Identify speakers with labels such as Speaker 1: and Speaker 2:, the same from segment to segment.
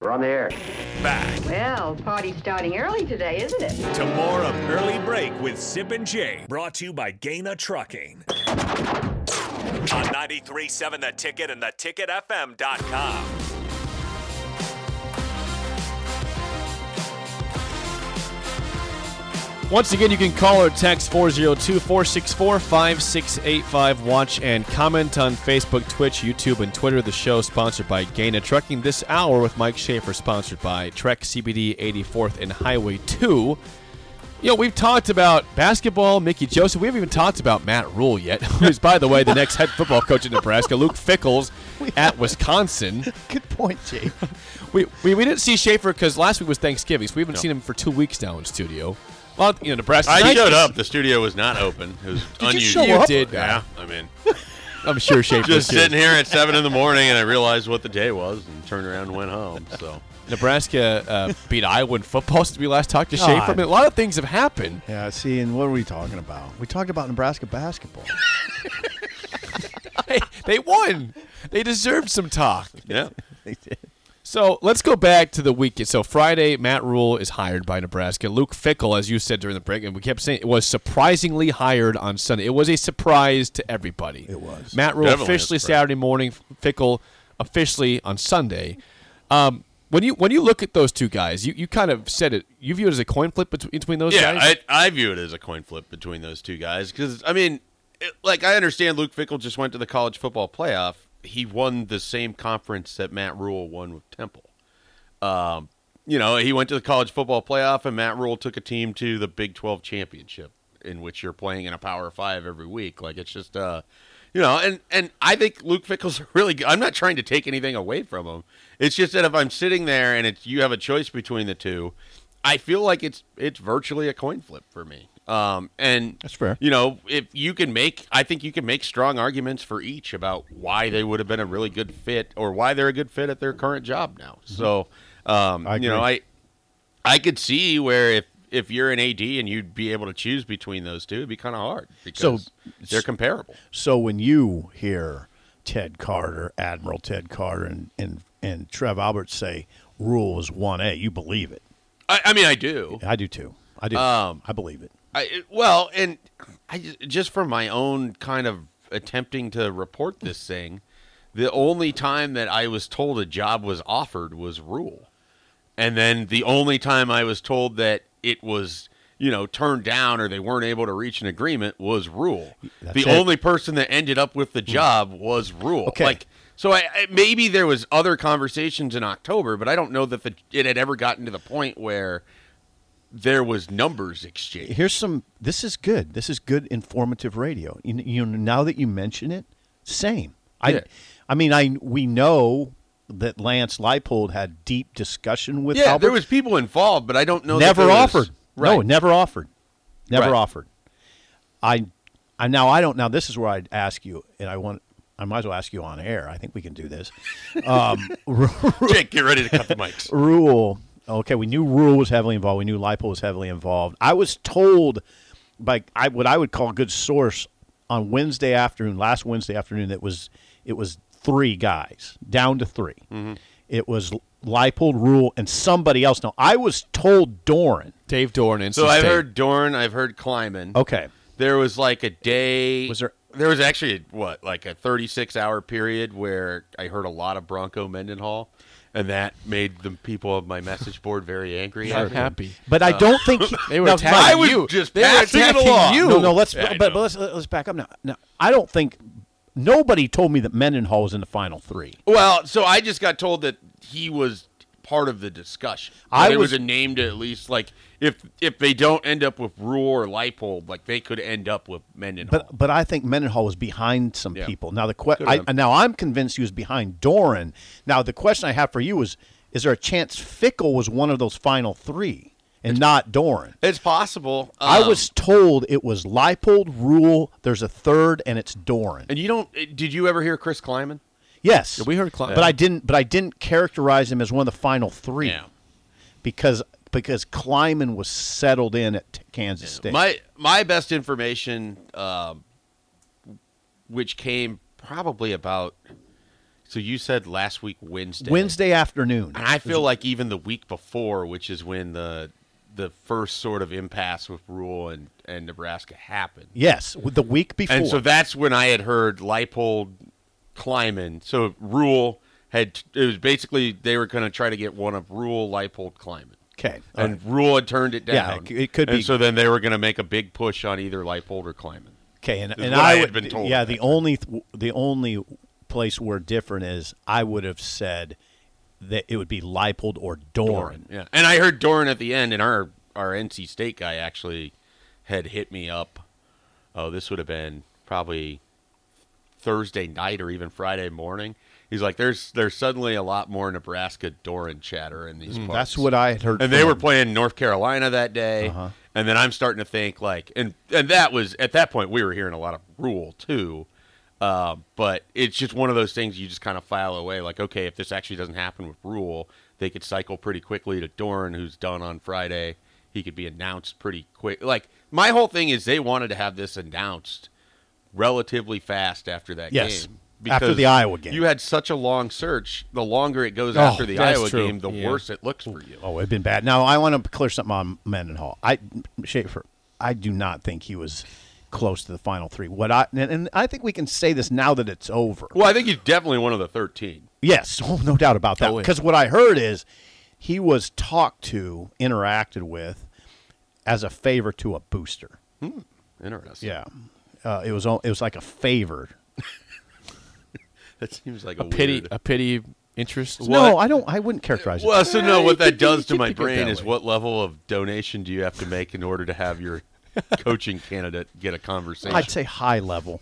Speaker 1: We're on the air.
Speaker 2: Back
Speaker 3: Well, party's starting early today, isn't it?
Speaker 2: to more of Early Break with Sip and Jay, brought to you by Gaina Trucking. On 93.7 The Ticket and theticketfm.com.
Speaker 4: Once again, you can call or text 402 464 5685. Watch and comment on Facebook, Twitch, YouTube, and Twitter. The show sponsored by Gaina Trucking. This hour with Mike Schaefer, sponsored by Trek CBD 84th and Highway 2. You know, we've talked about basketball, Mickey Joseph. We haven't even talked about Matt Rule yet, who's, by the way, the next head football coach in Nebraska, Luke Fickles at Wisconsin.
Speaker 5: Good point, Jay.
Speaker 4: We, we, we didn't see Schaefer because last week was Thanksgiving, so we haven't seen him for two weeks now in studio. Well, you know, Nebraska.
Speaker 6: I showed up. The studio was not open. It was
Speaker 5: you
Speaker 6: unusual.
Speaker 5: show up?
Speaker 4: You did,
Speaker 6: Yeah.
Speaker 4: man.
Speaker 6: I mean,
Speaker 4: I'm sure Schaefer
Speaker 6: just
Speaker 4: did.
Speaker 6: sitting here at seven in the morning, and I realized what the day was, and turned around and went home. So
Speaker 4: Nebraska uh, beat Iowa in football since we last talked to
Speaker 5: God.
Speaker 4: Schaefer. I mean, a lot of things have happened.
Speaker 5: Yeah, see, and what are we talking about? We talked about Nebraska basketball.
Speaker 4: Hey, they won. They deserved some talk.
Speaker 6: yeah,
Speaker 4: So let's go back to the weekend. So Friday, Matt Rule is hired by Nebraska. Luke Fickle, as you said during the break, and we kept saying, it was surprisingly hired on Sunday. It was a surprise to everybody. It
Speaker 5: was.
Speaker 4: Matt Rule
Speaker 6: Definitely a
Speaker 4: officially
Speaker 6: surprise.
Speaker 4: Saturday morning. Fickle officially on Sunday. Um, when you when you look at those two guys, you, you kind of said it. You view it as a coin flip between, between those
Speaker 6: yeah.
Speaker 4: guys.
Speaker 6: I, I view it as a coin flip between those two guys because I mean, it, like I understand Luke Fickle just went to the college football playoff. He won the same conference that Matt Rule won with Temple. Um, you know, he went to the college football playoff, and Matt Rule took a team to the Big Twelve championship, in which you're playing in a Power Five every week. Like it's just, uh, you know, and and I think Luke Fickle's a really. Good. I'm not trying to take anything away from him. It's just that if I'm sitting there and it's you have a choice between the two, I feel like it's it's virtually a coin flip for me. Um, and
Speaker 5: That's fair.
Speaker 6: You know, if you can make, I think you can make strong arguments for each about why they would have been a really good fit or why they're a good fit at their current job now. So, um,
Speaker 5: I
Speaker 6: you know,
Speaker 5: agree.
Speaker 6: Mm-hmm. I I could see where if if you're an AD and you'd be able to choose between those two, it'd be kind of hard because they're comparable.
Speaker 5: So when you hear Ted Carter, Admiral Ted Carter, and and and Trev Alberts say rule is one A, you believe it.
Speaker 6: I, I mean, I do.
Speaker 5: I do too. I do.
Speaker 6: Um,
Speaker 5: I believe it.
Speaker 6: I it- well, and I ju- just from my own kind of attempting to report this thing, the only time that I was told a job was offered was rule, and then the only time I was told that it was you know turned down or they weren't able to reach an agreement was rule.
Speaker 5: That's
Speaker 6: the
Speaker 5: it. Hmm.
Speaker 6: only person that ended up with the job was rule.
Speaker 5: Okay.
Speaker 6: Like so I, I maybe there was other conversations in October, but I don't know that the it had ever gotten to the point where there was numbers exchanged.
Speaker 5: Here's some. This is good. This is good informative radio. You, you know, now that you mention it, same. I,
Speaker 6: Yeah.
Speaker 5: I mean, I we know that Lance Leipold had deep discussion with.
Speaker 6: Yeah, there
Speaker 5: Alberts.
Speaker 6: was people involved, but I don't know. that
Speaker 5: never
Speaker 6: there was-
Speaker 5: offered.
Speaker 6: Right.
Speaker 5: No, never offered. Never
Speaker 6: Right.
Speaker 5: offered. I, I now I don't. Now this is where I'd ask you, and I want. I might as well ask you on air. I think we can do this. Um,
Speaker 6: Jake, get ready to cut the mics.
Speaker 5: Rule. Okay, we knew Rule was heavily involved. We knew Lipo was heavily involved. I was told by I, what I would call a good source on Wednesday afternoon, last Wednesday afternoon, that was it was three guys down to 3
Speaker 6: Mm-hmm.
Speaker 5: It was Leipold, Rule, and somebody else. Now I was told Doran.
Speaker 4: Dave Dorn and
Speaker 6: So I've heard Dorn, I've heard Kleiman.
Speaker 5: Okay,
Speaker 6: There was like a day.
Speaker 5: Oh. Was there-
Speaker 6: There was actually what, like a 36 hour period where I heard a lot of Bronco Mendenhall, and that made the people of my message board very angry. at
Speaker 4: I'm
Speaker 6: me.
Speaker 4: happy.
Speaker 5: but I don't think
Speaker 4: They were
Speaker 5: now,
Speaker 4: attacking
Speaker 6: I was
Speaker 4: you.
Speaker 6: just
Speaker 4: they were
Speaker 6: passing it
Speaker 4: attacking
Speaker 6: along.
Speaker 4: you.
Speaker 5: No, no. Let's
Speaker 6: Yeah, I
Speaker 5: but, but
Speaker 6: know.
Speaker 5: let's let's back up now. Now I don't think nobody told me that Mendenhall was in the final three.
Speaker 6: Well, so I just got told that he was part of the discussion.
Speaker 5: I
Speaker 6: I
Speaker 5: was-
Speaker 6: was, a name to at least like if if they don't end up with Rule or Leipold, like they could end up with Mendenhall.
Speaker 5: But but I think Mendenhall was behind some
Speaker 6: Yeah.
Speaker 5: people. Now the que-
Speaker 6: Could have
Speaker 5: I,
Speaker 6: been.
Speaker 5: now I'm convinced he was behind Doran. Now the question I have for you is: Is there a chance Fickle was one of those final three and not Doran?
Speaker 6: it's possible.
Speaker 5: I
Speaker 6: Um,
Speaker 5: was told it was Leipold, Rule. There's a third, and it's Doran.
Speaker 6: And you don't? eh, Did you ever hear Chris Kleiman?
Speaker 5: Yes,
Speaker 4: we heard Cl-
Speaker 5: but I didn't. But I didn't characterize him as one of the final three.
Speaker 6: Yeah.
Speaker 5: because because Kleiman was settled in at T- Kansas State.
Speaker 6: My my best information, um, which came probably about So you said last week Wednesday.
Speaker 5: Wednesday afternoon.
Speaker 6: And I feel like even the week before, which is when the the first sort of impasse with Rule and, and Nebraska happened.
Speaker 5: Yes, with the week before.
Speaker 6: And so that's when I had heard Leipold Kleiman. So Rule had it was basically they were going to try to get one of Rule Leipold Kleiman.
Speaker 5: okay. all
Speaker 6: And
Speaker 5: right.
Speaker 6: Rule had turned it
Speaker 5: Yeah,
Speaker 6: down.
Speaker 5: it c- it could
Speaker 6: And
Speaker 5: be-
Speaker 6: so then they were going to make a big push on either Leipold or Kleiman.
Speaker 5: Okay, and,
Speaker 6: is
Speaker 5: and
Speaker 6: what
Speaker 5: I,
Speaker 6: I had
Speaker 5: would,
Speaker 6: been told
Speaker 5: Yeah,
Speaker 6: at
Speaker 5: the
Speaker 6: that time.
Speaker 5: only th- the only place we're different is I would have said that it would be Leipold or Doran.
Speaker 6: Yeah, and I heard Doran at the end, and our our NC State guy actually had hit me up. Oh, this would have been probably Thursday night or even Friday morning. He's like, "There's there's suddenly a lot more Nebraska Doran chatter in these." parts."
Speaker 5: Mm, That's what I had heard.
Speaker 6: And they
Speaker 5: from
Speaker 6: were
Speaker 5: him. Uh-huh.
Speaker 6: playing North Carolina that day, and then I'm starting to think like, and and that was at that point we were hearing a lot of rule too, uh, but it's just one of those things you just kind of file away. Like, okay, if this actually doesn't happen with rule, they could cycle pretty quickly to Dorn, who's done on Friday. He could be announced pretty quick. Like my whole thing is they wanted to have this announced relatively fast after that
Speaker 5: Yes.
Speaker 6: game.
Speaker 5: After the Iowa game.
Speaker 6: you had such a long search. The longer it goes
Speaker 5: Oh,
Speaker 6: after the
Speaker 4: that's
Speaker 6: Iowa
Speaker 4: true.
Speaker 6: game, the
Speaker 4: Yeah.
Speaker 6: worse it looks for you.
Speaker 5: Oh, it'd been bad. Now I want to clear something on Mendenhall. I Schaefer, I do not think he was close to the final three. What I and, and I think we can say this now that it's over.
Speaker 6: Well, I think he's definitely one of the 13.
Speaker 5: Yes, oh, no doubt about that.
Speaker 4: Oh, yeah.
Speaker 5: Because what I heard is he was talked to, interacted with, as a favor to a booster.
Speaker 6: Interesting.
Speaker 5: Yeah, uh, it was all, it was like a favor.
Speaker 6: That seems like a,
Speaker 4: A pity,
Speaker 6: weird-
Speaker 4: a pity interest.
Speaker 5: No, I don't. I wouldn't characterize it.
Speaker 6: Well, so
Speaker 4: Yeah,
Speaker 6: no,
Speaker 4: you
Speaker 6: what that
Speaker 4: could- you
Speaker 6: does to
Speaker 4: could
Speaker 6: my
Speaker 4: think of it
Speaker 6: brain
Speaker 4: that
Speaker 6: is
Speaker 4: way.
Speaker 6: what level of donation do you have to make in order to have your coaching candidate get a conversation?
Speaker 5: I'd say high level.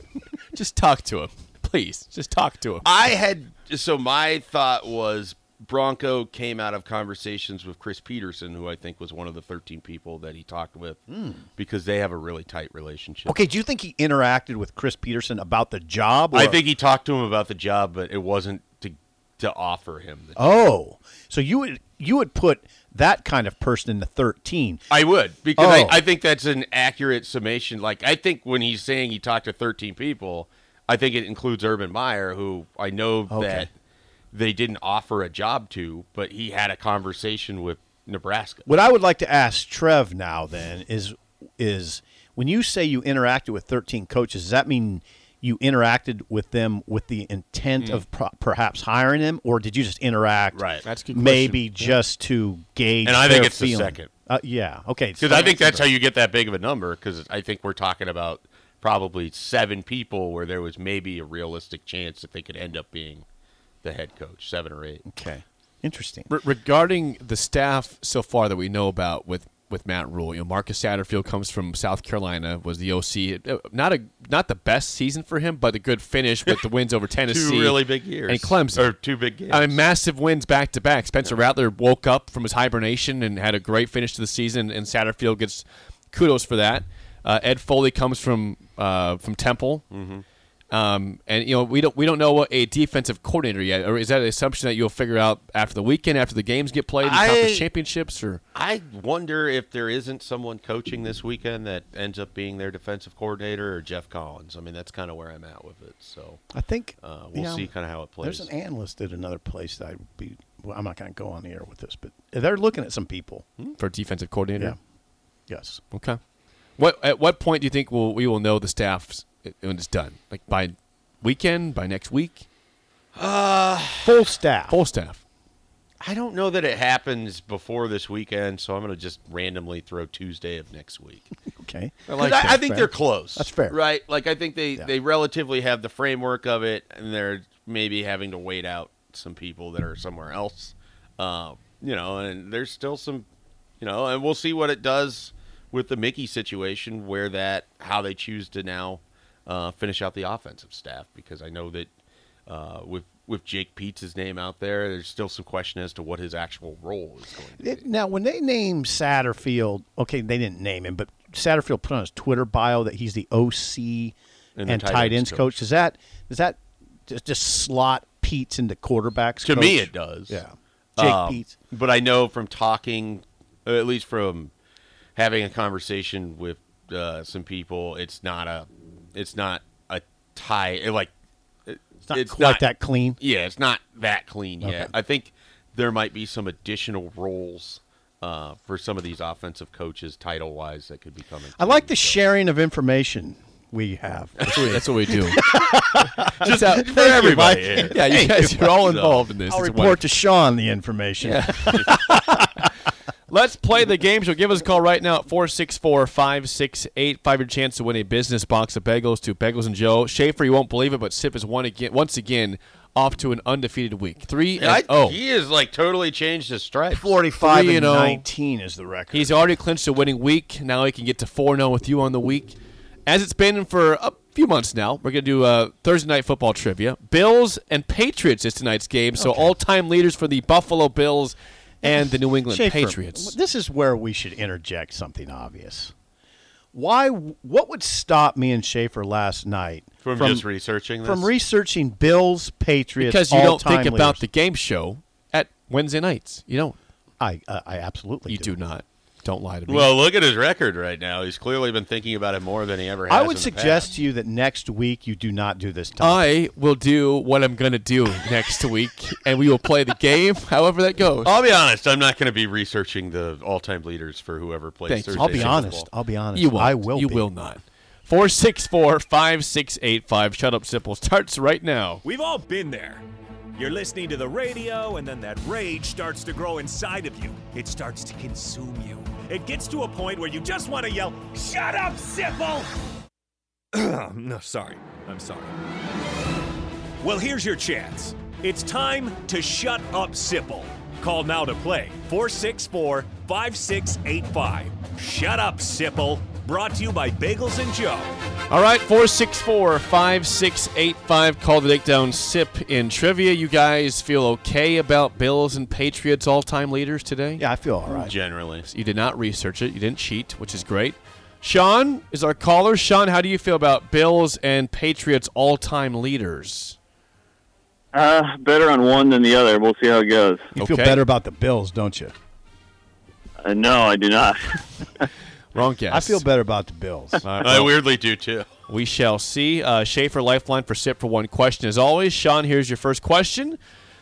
Speaker 4: Just talk to him, please. Just talk to him.
Speaker 6: I had so my thought was Bronco came out of conversations with Chris Peterson, who I think was one of the 13 people that he talked with
Speaker 4: Hmm.
Speaker 6: because they have a really tight relationship.
Speaker 5: Okay, do you think he interacted with Chris Peterson about the job? Or?
Speaker 6: I think he talked to him about the job, but it wasn't to to offer him the
Speaker 5: Oh, so you would you would put that kind of person in the thirteen?
Speaker 6: I would because
Speaker 5: Oh.
Speaker 6: I, I think that's an accurate summation. Like I think when he's saying he talked to 13 people, I think it includes Urban Meyer, who I know
Speaker 5: Okay.
Speaker 6: that they didn't offer a job to, but he had a conversation with Nebraska.
Speaker 5: What I would like to ask Trev now then is is when you say you interacted with thirteen coaches, does that mean you interacted with them with the intent of pro- perhaps hiring them, or did you just interact?
Speaker 6: Hmm. Right. That's
Speaker 4: a good
Speaker 5: maybe just to gauge.
Speaker 6: And I think
Speaker 5: their
Speaker 6: it's the
Speaker 5: feeling?
Speaker 6: second.
Speaker 5: Uh, yeah. Okay.
Speaker 6: Because I think that's how you get that big of a number. Because I think we're talking about probably seven people where there was maybe a realistic chance that they could end up being the head coach, seven or eight.
Speaker 5: Okay. Interesting.
Speaker 4: Re- regarding the staff so far that we know about with with Matt Rule, you know, Marcus Satterfield comes from South Carolina, was the OC. Uh, Not a not the best season for him, but a good finish with the wins over Tennessee,
Speaker 6: Two really big years
Speaker 4: and Clemson.
Speaker 6: or two big games.
Speaker 4: I mean, massive wins back to back. Spencer Rattler woke up from his hibernation and had a great finish to the season, and Satterfield gets kudos for that. Uh, Ed Foley comes from uh, from Temple, um, and you know we don't we don't know what a defensive coordinator yet, or is that an assumption that you'll figure out after the weekend, after the games get played, in
Speaker 6: I-
Speaker 4: conference championships, or
Speaker 6: I wonder if there isn't someone coaching this weekend that ends up being their defensive coordinator or Jeff Collins. I mean, that's kind of where I'm at with it. So
Speaker 5: I think
Speaker 6: uh, we'll
Speaker 5: yeah.
Speaker 6: see kind of how it plays.
Speaker 5: There's an analyst at another place that I'd be. Well, I'm not going to go on the air with this, but they're looking at some people.
Speaker 4: for defensive coordinator?
Speaker 5: Hmm. Yeah. Yes.
Speaker 4: Okay. What at what point do you think we'll, we will know the staffs when it's done? Like by weekend, by next week,
Speaker 5: Full staff.
Speaker 4: full staff.
Speaker 6: I don't know that it happens before this weekend, so I'm going to just randomly throw Tuesday of next week.
Speaker 5: Okay.
Speaker 6: I, I, think they're close.
Speaker 5: That's fair.
Speaker 6: right? Like I think they
Speaker 5: Yeah.
Speaker 6: they relatively have the framework of it, and they're maybe having to wait out some people that are somewhere else. Uh, you know, and there's still some, you know, and we'll see what it does with the Mickey situation, where that how they choose to now uh, finish out the offensive staff, because I know that uh, with with Jake Pete's name out there, there's still some question as to what his actual role is going to be.
Speaker 5: It- now, when they named Satterfield, okay, they didn't name him, but Satterfield put on his Twitter bio that he's the OC
Speaker 6: And
Speaker 5: and,
Speaker 6: the
Speaker 5: tight, ends coach. Does that does that just, just slot Pete's into quarterbacks?
Speaker 6: To me,
Speaker 5: coach?
Speaker 6: it does.
Speaker 5: Yeah. Jake
Speaker 6: Um,
Speaker 5: Pete's.
Speaker 6: But I know from talking, or at least from having a conversation with uh, some people, it's not a, it's not a tie. Like it-
Speaker 5: It's not quite that clean.
Speaker 6: Yeah, it's not that clean yet.
Speaker 5: Okay.
Speaker 6: I think there might be some additional roles uh, for some of these offensive coaches, title wise, that could be coming.
Speaker 5: I like the sharing of information we have.
Speaker 4: That's what we- That's what we do. Just out
Speaker 6: for everybody. yeah.
Speaker 4: Yeah, you guys are all involved in this.
Speaker 5: I'll
Speaker 4: It's
Speaker 5: report to Sean the information.
Speaker 4: Let's play the game show. Give us a call right now at 464 5685. Your chance to win a business box of bagels to Bagels and Joe. Schaefer, you won't believe it, but Sip is one again, once again off to an undefeated week. 3
Speaker 6: And I,
Speaker 4: and oh.
Speaker 6: He is like totally changed his stripes.
Speaker 5: 45
Speaker 4: Three
Speaker 5: and
Speaker 4: and oh.
Speaker 5: 19 is the record.
Speaker 4: He's already clinched a winning week. Now he can get to 4 0 with you on the week. As it's been for a few months now, we're going to do a Thursday night football trivia. Bills and Patriots is tonight's game. So all time leaders for the Buffalo Bills and the New England
Speaker 5: Schaefer,
Speaker 4: Patriots.
Speaker 5: This is where we should interject something obvious. Why? What would stop me and Schaefer last night
Speaker 6: From just researching this?
Speaker 5: From researching Bills, Patriots,
Speaker 4: Because you don't think
Speaker 5: all-time
Speaker 4: about the
Speaker 5: leaders.
Speaker 4: game show at Wednesday nights. You don't.
Speaker 5: I, uh, I absolutely
Speaker 4: You do not. Don't lie to me.
Speaker 6: Well, look at his record right now. He's clearly been thinking about it more than he ever has.
Speaker 5: I
Speaker 6: in
Speaker 5: would
Speaker 6: the
Speaker 5: suggest
Speaker 6: past.
Speaker 5: to you that next week you do not do this.
Speaker 4: I
Speaker 5: Topic.
Speaker 4: will do what I'm going to do next week, and we will play the game however that goes.
Speaker 6: I'll be honest. I'm not going to be researching the all-time leaders for whoever plays.
Speaker 4: Thanks.
Speaker 6: Thursday
Speaker 5: I'll be
Speaker 6: Night
Speaker 5: honest.
Speaker 6: Football.
Speaker 5: I'll be honest.
Speaker 4: you will.
Speaker 5: I will.
Speaker 4: You
Speaker 5: be.
Speaker 4: will not. 464 5685. Shut up, Simple. Starts right now.
Speaker 2: We've all been there. You're listening to the radio, and then that rage starts to grow inside of you. It starts to consume you. It gets to a point where you just want to yell, Shut up, Sipple! no, sorry. I'm sorry. Well, here's your chance. It's time to shut up, Sipple. Call now to play 464 5685. Shut up, Sipple. Brought to you by Bagels and Joe.
Speaker 4: All right, 464 5685. Call the take down sip in trivia. You guys feel okay about Bills and Patriots all time leaders today?
Speaker 5: Yeah, I feel all right.
Speaker 6: Generally,
Speaker 4: You did not research it. You didn't cheat, which is great. Sean is our caller. Sean, how do you feel about Bills and Patriots all-time leaders?
Speaker 1: Uh, better on one than the other. We'll see how it goes.
Speaker 5: You feel
Speaker 4: Okay.
Speaker 5: better about the Bills, don't you?
Speaker 1: Uh, no, I do not.
Speaker 4: Wrong guess.
Speaker 5: I feel better about the Bills.
Speaker 4: All right,
Speaker 6: I
Speaker 4: well,
Speaker 6: weirdly do too.
Speaker 4: we shall see. Uh, Schaefer Lifeline for sip for one question, as always. Sean, here's your first question.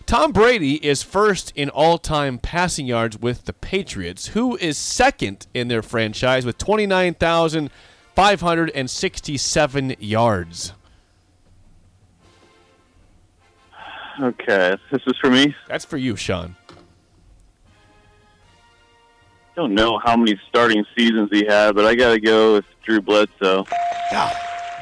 Speaker 4: Tom Brady is first in all-time passing yards with the Patriots. Who is second in their franchise with twenty-nine thousand five hundred and sixty-seven yards?
Speaker 1: Okay, this is for me.
Speaker 4: That's for you, Sean.
Speaker 1: Don't know how many starting seasons he had, but I got to go with Drew Bledsoe.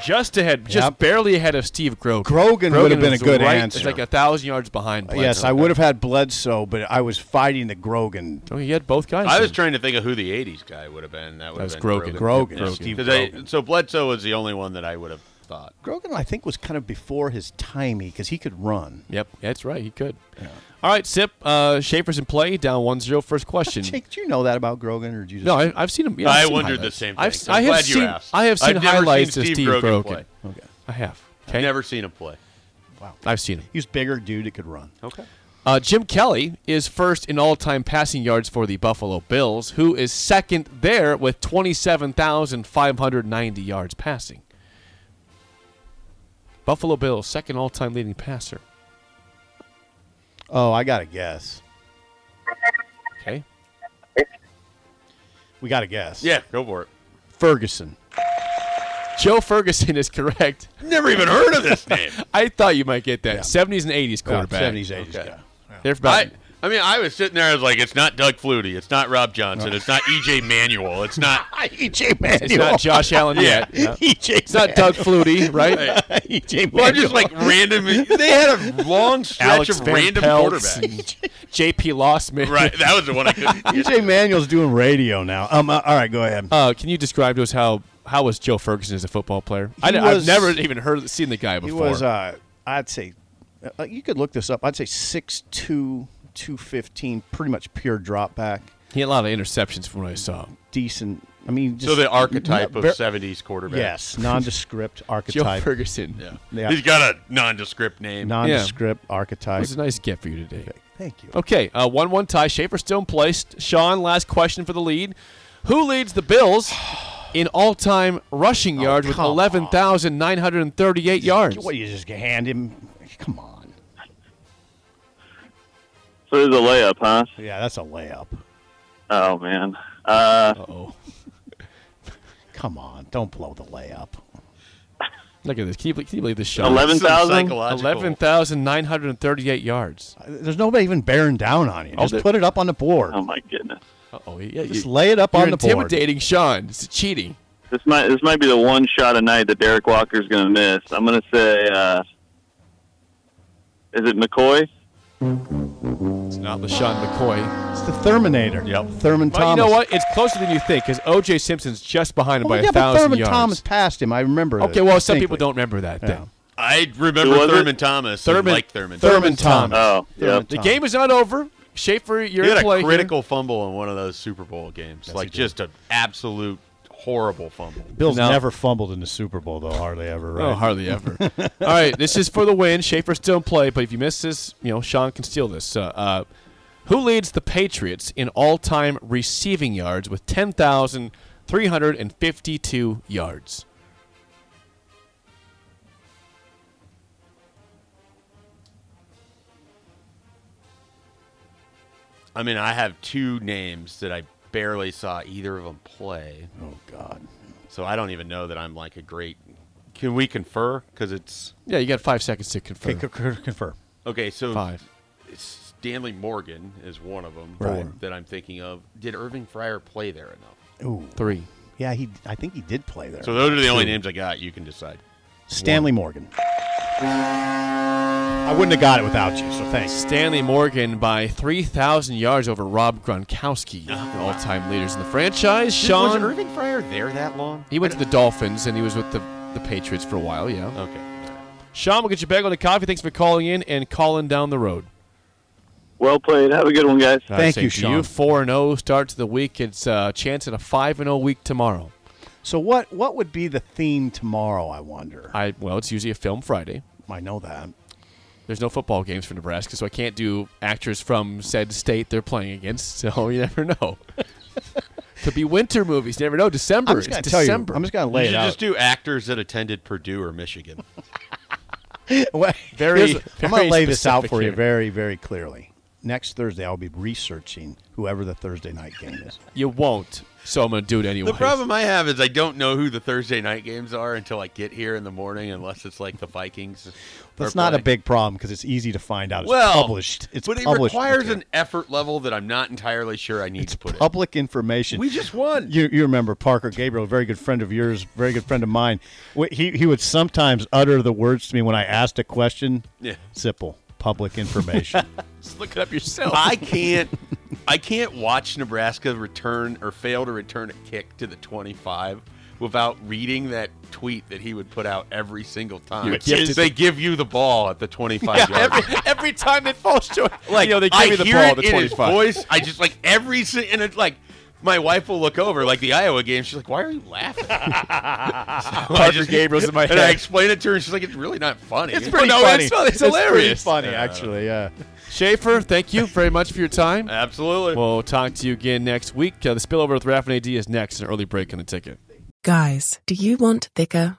Speaker 4: Just ahead, just
Speaker 5: Yep.
Speaker 4: barely ahead of Steve Grogan.
Speaker 5: Grogan would have been
Speaker 4: was
Speaker 5: a good
Speaker 4: right-
Speaker 5: answer.
Speaker 4: It's like a thousand yards behind. Bledsoe.
Speaker 5: yes, I would have had Bledsoe, but I was fighting the Grogan.
Speaker 4: Oh, he had both guys.
Speaker 6: I was
Speaker 4: then.
Speaker 6: trying to think of who the '80s guy would have been. That would
Speaker 4: That was
Speaker 6: have been
Speaker 4: Grogan.
Speaker 5: Grogan,
Speaker 4: Grogan.
Speaker 5: Steve
Speaker 6: Because I-
Speaker 5: Grogan.
Speaker 6: so Bledsoe was the only one that I would have thought.
Speaker 5: Grogan, I think, was kind of before his timing because he could run.
Speaker 4: Yep, that's right. He could. All right, Sip. Uh, Schaefer's in play. Down 1-0. First question.
Speaker 5: Jake, do you know that about Grogan, or did you just
Speaker 4: No, I, I've seen him. yeah, I've
Speaker 6: I
Speaker 4: seen
Speaker 6: wondered the
Speaker 4: highlights.
Speaker 6: same thing.
Speaker 4: I've,
Speaker 6: so
Speaker 4: I
Speaker 6: I'm
Speaker 4: have
Speaker 6: glad
Speaker 4: seen.
Speaker 6: you asked.
Speaker 4: I have seen
Speaker 6: I've never
Speaker 4: highlights
Speaker 6: seen
Speaker 4: of
Speaker 6: Steve
Speaker 4: Steve
Speaker 6: Grogan
Speaker 4: Grogan.
Speaker 6: play.
Speaker 5: okay.
Speaker 4: I have.
Speaker 6: I've
Speaker 4: Okay,
Speaker 6: never seen him play.
Speaker 4: I've seen him.
Speaker 5: He was bigger dude that could run.
Speaker 6: Okay.
Speaker 4: Uh, Jim Kelly is first in all-time passing yards for the Buffalo Bills, who is second there with twenty-seven thousand five hundred ninety yards passing. Buffalo Bills second all-time leading passer.
Speaker 5: Oh, I got to guess.
Speaker 4: Okay,
Speaker 5: We got to guess.
Speaker 6: Yeah, go for it.
Speaker 5: Ferguson.
Speaker 4: Joe Ferguson is correct.
Speaker 6: Never even heard of this name.
Speaker 4: I thought you might get that.
Speaker 5: Yeah.
Speaker 4: Seventies and eighties quarterback.
Speaker 5: Seventies, eighties.
Speaker 6: Okay.
Speaker 4: They're about-
Speaker 6: I, I mean, I was sitting there. I was like, it's not Doug Flutie. It's not Rob Johnson. It's not EJ Manuel. It's not.
Speaker 5: Ah, EJ
Speaker 4: it's not Josh Allen
Speaker 6: Yeah.
Speaker 4: yet. It's
Speaker 5: EJ.
Speaker 4: not Doug Flutie, right?
Speaker 5: EJ.
Speaker 6: Well, I'm just like random. They had a long stretch
Speaker 4: Alex
Speaker 6: of
Speaker 4: Van
Speaker 6: random
Speaker 4: Pelt's
Speaker 6: quarterbacks.
Speaker 4: and J.P. Lossman.
Speaker 6: Right. That was the one I couldn't. get.
Speaker 5: EJ E Manuel's doing radio now. Um. uh, all right, go ahead.
Speaker 4: Uh, can you describe to us how how was Joe Ferguson as a football player? I,
Speaker 5: He
Speaker 4: have
Speaker 5: was-
Speaker 4: never even heard seen the guy
Speaker 5: he
Speaker 4: before.
Speaker 5: was. Uh, I'd say, uh, you could look this up. I'd say 6'2", 215, pretty much pure drop back.
Speaker 4: he had a lot of interceptions from what I saw.
Speaker 5: Decent. I mean, just,
Speaker 6: So the archetype
Speaker 5: Yeah,
Speaker 6: of
Speaker 5: ver-
Speaker 6: '70s quarterback.
Speaker 5: Yes, nondescript
Speaker 4: Joe
Speaker 5: archetype.
Speaker 4: Ferguson.
Speaker 6: Yeah.
Speaker 5: Yeah.
Speaker 6: He's got a nondescript name.
Speaker 5: Nondescript
Speaker 4: It
Speaker 5: archetype.
Speaker 4: was a nice gift for you today.
Speaker 5: Thank you.
Speaker 4: Okay, uh, one one tie. Schaefer still in place. Sean, last question for the lead. Who leads the Bills in all-time rushing yards with
Speaker 5: come on.
Speaker 4: 11,938 yards.
Speaker 5: What you just hand him? Come on.
Speaker 1: So there's a layup, huh?
Speaker 5: Yeah, that's a layup.
Speaker 1: Oh man. Uh,
Speaker 5: Oh. Come on, don't blow the layup.
Speaker 4: Look at this. Can you, bel- can you believe this shot?
Speaker 1: Eleven thousand.
Speaker 6: Psychological.
Speaker 4: 11,938 yards.
Speaker 5: There's nobody even bearing down on you.
Speaker 4: Oh,
Speaker 5: Just
Speaker 4: the-
Speaker 5: put it up on the board.
Speaker 1: Oh my goodness.
Speaker 4: Uh-oh. Yeah,
Speaker 5: Just
Speaker 4: you-
Speaker 5: lay it up
Speaker 4: you're
Speaker 5: on the board.
Speaker 4: intimidating Sean. It's cheating.
Speaker 1: This might this might be the one shot a night that Derek Walker's going to miss. I'm going to say, uh, is it McCoy?
Speaker 4: It's not LaShawn McCoy.
Speaker 5: It's the Terminator.
Speaker 4: Yep.
Speaker 5: Thurman
Speaker 4: But you
Speaker 5: Thomas.
Speaker 4: know what? It's closer than you think because O.J. Simpson's just behind him
Speaker 5: Well,
Speaker 4: by
Speaker 5: yeah,
Speaker 4: a thousand
Speaker 5: but Thurman
Speaker 4: yards.
Speaker 5: Thomas passed him. I remember.
Speaker 4: Okay,
Speaker 5: it
Speaker 4: well, some people
Speaker 5: distinctly.
Speaker 4: don't remember that. Then.
Speaker 6: I remember
Speaker 1: Who was it?
Speaker 6: Thurman Thomas. and
Speaker 4: Thurman-
Speaker 6: like Thurman.
Speaker 5: Thurman Thomas.
Speaker 1: Oh,
Speaker 5: Thurman
Speaker 1: yep.
Speaker 4: The
Speaker 5: Thomas.
Speaker 4: game is not over. Schaefer, you're
Speaker 6: He had
Speaker 4: in play.
Speaker 6: a
Speaker 4: here.
Speaker 6: critical fumble in one of those Super Bowl games. like
Speaker 5: he did.
Speaker 6: just an absolute horrible fumble.
Speaker 5: Bill's
Speaker 4: No.
Speaker 5: never fumbled in the Super Bowl though, hardly ever. Right?
Speaker 4: Oh, hardly ever. All right, this is for the win. Schaefer's still in play, but if you miss this, you know Sean can steal this. Uh, uh, who leads the Patriots in all-time receiving yards with ten thousand three hundred and fifty-two yards?
Speaker 6: I mean, I have two names that I barely saw either of them play,
Speaker 5: oh God.
Speaker 6: so I don't even know that I'm like a great. Can we confer? Because it's
Speaker 4: Yeah, you got five seconds to confirm.
Speaker 5: Okay, c- c- confirm.
Speaker 6: okay. So
Speaker 4: Five.
Speaker 6: Stanley Morgan is one of them
Speaker 5: Right.
Speaker 6: that I'm thinking of. Did Irving Fryer play there enough?
Speaker 5: Ooh.
Speaker 4: Three.
Speaker 5: Yeah, he. I think he did play there.
Speaker 6: So those are the only names I got. You can decide.
Speaker 5: Stanley Morgan. I wouldn't have got it without you. So thanks.
Speaker 4: Stanley Morgan by 3,000 yards over Rob Gronkowski, the all-time leaders in the franchise.
Speaker 6: Uh-huh. was
Speaker 4: Sean,
Speaker 6: Irving Fryer there that long?
Speaker 4: he went to the Dolphins and he was with the, the Patriots for a while, yeah.
Speaker 6: Uh-huh. Okay.
Speaker 4: Sean, we'll get you back on the coffee. Thanks for calling in and calling down the road. Uh,
Speaker 1: Well played. Have a good one, guys.
Speaker 5: Thank you,
Speaker 4: Same to
Speaker 5: Sean.
Speaker 4: Four and zero start to the week. It's a chance at a five and zero week tomorrow.
Speaker 5: So what? What would be the theme tomorrow? I wonder.
Speaker 4: I well, it's usually a film Friday.
Speaker 5: I know that.
Speaker 4: There's no football games for Nebraska, so I can't do actors from said state they're playing against. So you never know. Could be winter movies. You never know. December.
Speaker 5: I'm just gonna
Speaker 4: it's
Speaker 5: tell you.
Speaker 4: December.
Speaker 5: I'm just gonna
Speaker 6: You
Speaker 5: lay
Speaker 6: should
Speaker 5: it out.
Speaker 6: just do actors that attended Purdue or Michigan.
Speaker 5: Well,
Speaker 4: Very-
Speaker 5: here's- I'm going
Speaker 4: very
Speaker 5: to lay this out
Speaker 4: specific
Speaker 5: for you
Speaker 4: here.
Speaker 5: very, very clearly. Next Thursday, I'll be researching whoever the Thursday night game is.
Speaker 4: you won't. So I'm gonna do it anyway.
Speaker 6: The problem I have is I don't know who the Thursday night games are until I get here in the morning, unless it's like the Vikings.
Speaker 5: That's
Speaker 6: are
Speaker 5: not a
Speaker 6: playing.
Speaker 5: big problem because it's easy to find out. It's
Speaker 6: well
Speaker 5: published. It's
Speaker 6: but
Speaker 5: published
Speaker 6: it requires
Speaker 5: material.
Speaker 6: an effort level that I'm not entirely sure I need to put
Speaker 5: public information.
Speaker 6: We just won.
Speaker 5: You, you remember Parker Gabriel, a very good friend of yours, very good friend of mine. Wh- He he would sometimes utter the words to me when I asked a question.
Speaker 6: Yeah.
Speaker 5: Simple public information.
Speaker 4: Just look it up yourself.
Speaker 6: in. I can't. I can't watch Nebraska return or fail to return a kick to the 25 without reading that tweet that he would put out every single time.
Speaker 4: You're gifted.
Speaker 6: they give you the ball at the 25 yard line.
Speaker 4: every, every time it falls short,
Speaker 6: like
Speaker 4: you know, they
Speaker 6: I
Speaker 4: give me the
Speaker 6: hear
Speaker 4: ball
Speaker 6: it
Speaker 4: to
Speaker 6: in his
Speaker 4: 25.
Speaker 6: voice. I just like every si- and it's like my wife will look over like the Iowa game. She's like, "Why are you laughing?" So I
Speaker 4: Parker Gabriel's in my
Speaker 6: and I
Speaker 4: head.
Speaker 6: explain it to her. and She's like, "It's really not funny."
Speaker 4: It's pretty
Speaker 6: no,
Speaker 4: funny.
Speaker 6: It's funny.
Speaker 4: It's hilarious.
Speaker 5: Funny, actually, yeah.
Speaker 4: Schaefer, thank you very much for your time.
Speaker 6: Absolutely.
Speaker 4: We'll talk to you again next week. Uh, the spillover with Raf and AD is next. An early break on the ticket.
Speaker 7: Guys, do you want thicker,